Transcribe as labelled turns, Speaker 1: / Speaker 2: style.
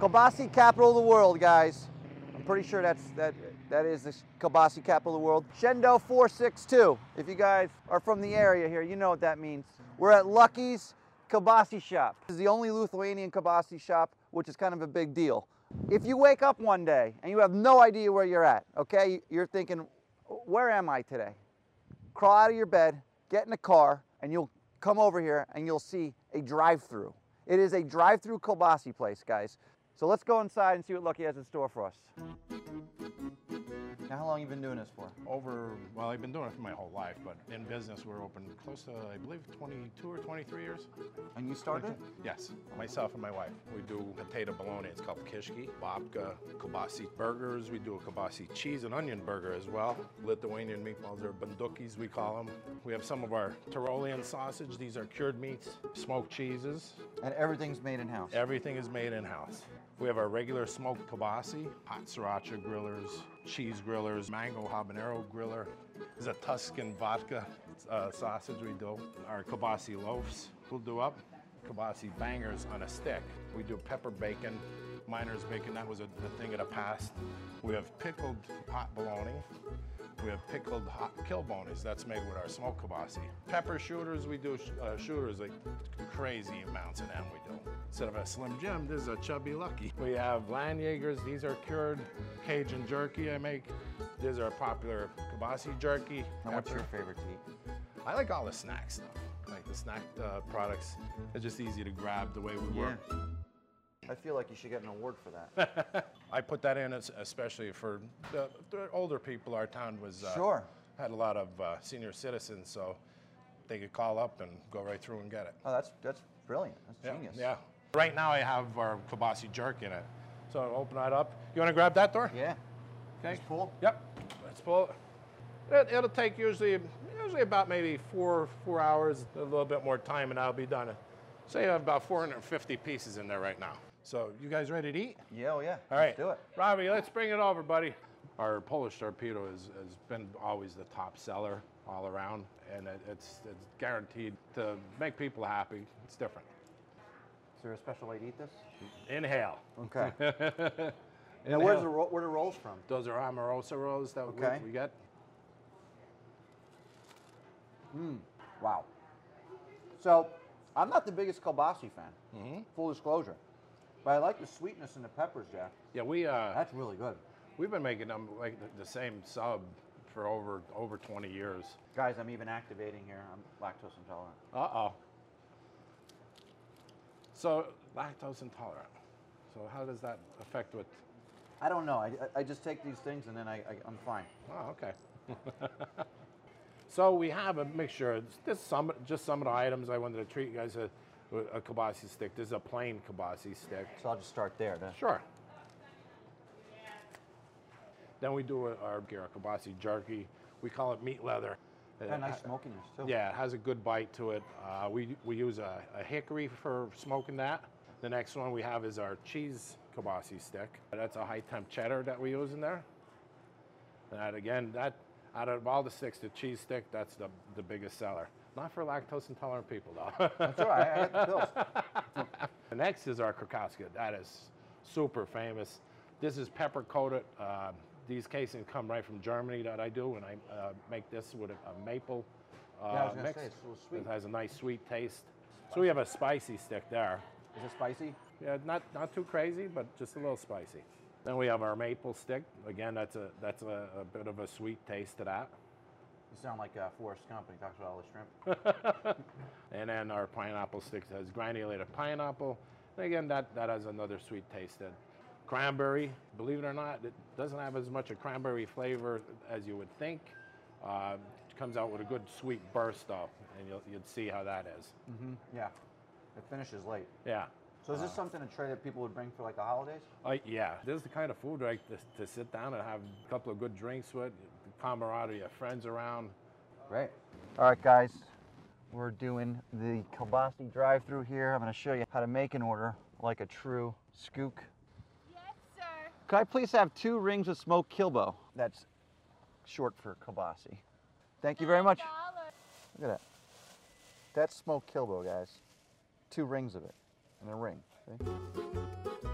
Speaker 1: Kabasi capital of the world, guys. I'm pretty sure that's that that is the Kabasi capital of the world. Shendo 462. If you guys are from the area here, you know what that means. We're at Lucky's Kabasi shop. This is the only Lithuanian Kabasi shop, which is kind of a big deal. If you wake up one day and you have no idea where you're at, okay? You're thinking, where am I today? crawl out of your bed, get in a car, and you'll come over here and you'll see a drive-through. It is a drive-through kielbasi place, guys. So let's go inside and see what Lucky has in store for us. Now, how long you been doing this for?
Speaker 2: Over, well, I've been doing it my whole life, but in business, we're open close to, I believe, 22 or 23 years.
Speaker 1: And you started?
Speaker 2: Yes, myself and my wife. We do potato bologna, it's called kishki, babka, kibasi burgers. We do a kibasi cheese and onion burger as well. Lithuanian meatballs are bandukis, we call them. We have some of our Tyrolean sausage, these are cured meats, smoked cheeses.
Speaker 1: And everything's made in-house.
Speaker 2: Everything is made in-house. We have our regular smoked kibasi, hot sriracha grillers, cheese grillers, mango habanero griller. There's a Tuscan vodka uh, sausage we do. Our kibasi loaves we'll do up. Kibasi bangers on a stick. We do pepper bacon, miner's bacon. That was a, a thing of the past. We have pickled hot bologna. We have pickled hot kilbonis. That's made with our smoked kibasi. Pepper shooters. We do sh- uh, shooters like crazy amounts of them. We do. Instead of a Slim Jim, this is a Chubby Lucky. We have Landjagers. These are cured Cajun jerky I make. These are a popular kibasi jerky.
Speaker 1: Now, what's your
Speaker 2: Pepper.
Speaker 1: favorite to eat?
Speaker 2: I like all the snack stuff. Like the snack uh, products. It's just easy to grab the way we work.
Speaker 1: I feel like you should get an award for that.
Speaker 2: I put that in es- especially for the, the older people. Our town was uh,
Speaker 1: Sure.
Speaker 2: had a lot of uh, senior citizens, so they could call up and go right through and get it.
Speaker 1: Oh, that's that's brilliant.
Speaker 2: Yeah,
Speaker 1: That's genius.
Speaker 2: Yeah. Right now I have our kibasi jerk in it, so I'll open that up. You want to grab that door?
Speaker 1: Yeah.
Speaker 2: Okay.
Speaker 1: Just pull.
Speaker 2: Yep. Let's pull. It, it'll take usually usually about maybe four four hours, a little bit more time, and I'll be done. Say I have about 450 pieces in there right now. So you guys ready to eat?
Speaker 1: Yeah, oh yeah.
Speaker 2: All right.
Speaker 1: Let's do it.
Speaker 2: Robbie, let's bring it over, buddy. Our Polish torpedo is, has been always the top seller all around, and it, it's, it's guaranteed to make people happy. It's different.
Speaker 1: Is there a special way to eat this?
Speaker 2: Inhale.
Speaker 1: Okay. now,
Speaker 2: Inhale.
Speaker 1: where's the ro- where the rolls from?
Speaker 2: Those are Amorosa rolls that we-
Speaker 1: Okay.
Speaker 2: we, get.
Speaker 1: Wow. So, I'm not the biggest kielbasi fan. Full disclosure, but I like the sweetness and the peppers, Jack.
Speaker 2: Yeah, we uh,
Speaker 1: That's really good,
Speaker 2: we've been making them like the, the same sub for over over 20 years.
Speaker 1: guys. I'm even activating here. I'm lactose intolerant.
Speaker 2: Uh oh. So lactose intolerant. So how does that affect with?
Speaker 1: I don't know. I, I- I just take these things and then I, I I'm fine.
Speaker 2: Oh, okay. so we have a mixture. of Just some, just some of the items I wanted to treat you guys a, with a kibasi stick. This is a plain kibasi stick.
Speaker 1: So I'll just start there. To,
Speaker 2: Sure. Then we do our Garakabasi jerky. We call it meat leather. It
Speaker 1: and nice
Speaker 2: ha-
Speaker 1: smokiness too.
Speaker 2: Yeah, it has a good bite to it. Uh, we, we use a, a hickory for smoking that. The next one we have is our cheese kibasi stick. That's a high temp cheddar that we use in there. That again, that out of all the sticks, the cheese stick, that's the, the biggest seller. Not for lactose intolerant people though.
Speaker 1: Sure, I, I got the pills.
Speaker 2: The next is our Krakowska. That is super famous. This is pepper coated. Uh, these casings come right from Germany that I do, and I uh, make this with a, a maple uh,
Speaker 1: I was gonna
Speaker 2: mix.
Speaker 1: say, it's a little sweet.
Speaker 2: It has a nice sweet taste. So we have a spicy stick there.
Speaker 1: Is it spicy?
Speaker 2: Yeah, not not too crazy, but just a little spicy. Then we have our maple stick. Again, that's a that's a, a bit of a sweet taste to that.
Speaker 1: You sound like uh, Forrest Gump when he talks about all the shrimp.
Speaker 2: And then our pineapple sticks has granulated pineapple. And again, that, that has another sweet taste. That cranberry, believe it or not, it doesn't have as much a cranberry flavor as you would think. Uh, it comes out with a good sweet burst though, and you'll, you'd see how that is.
Speaker 1: yeah, it finishes late.
Speaker 2: Yeah.
Speaker 1: So is this something a tray that people would bring for like the holidays?
Speaker 2: Uh, yeah, this is the kind of food like to, to sit down and have a couple of good drinks with, the camaraderie, your friends around.
Speaker 1: Right. All right, guys. We're doing the kielbasi drive-through here. I'm going to show you how to make an order like a true skook.
Speaker 3: Yes, sir.
Speaker 1: Could I please have two rings of smoked kilbo? That's short for kielbasi. Thank you very much.
Speaker 3: Dollar.
Speaker 1: Look at that. That's smoked kilbo, guys. Two rings of it and a ring. See?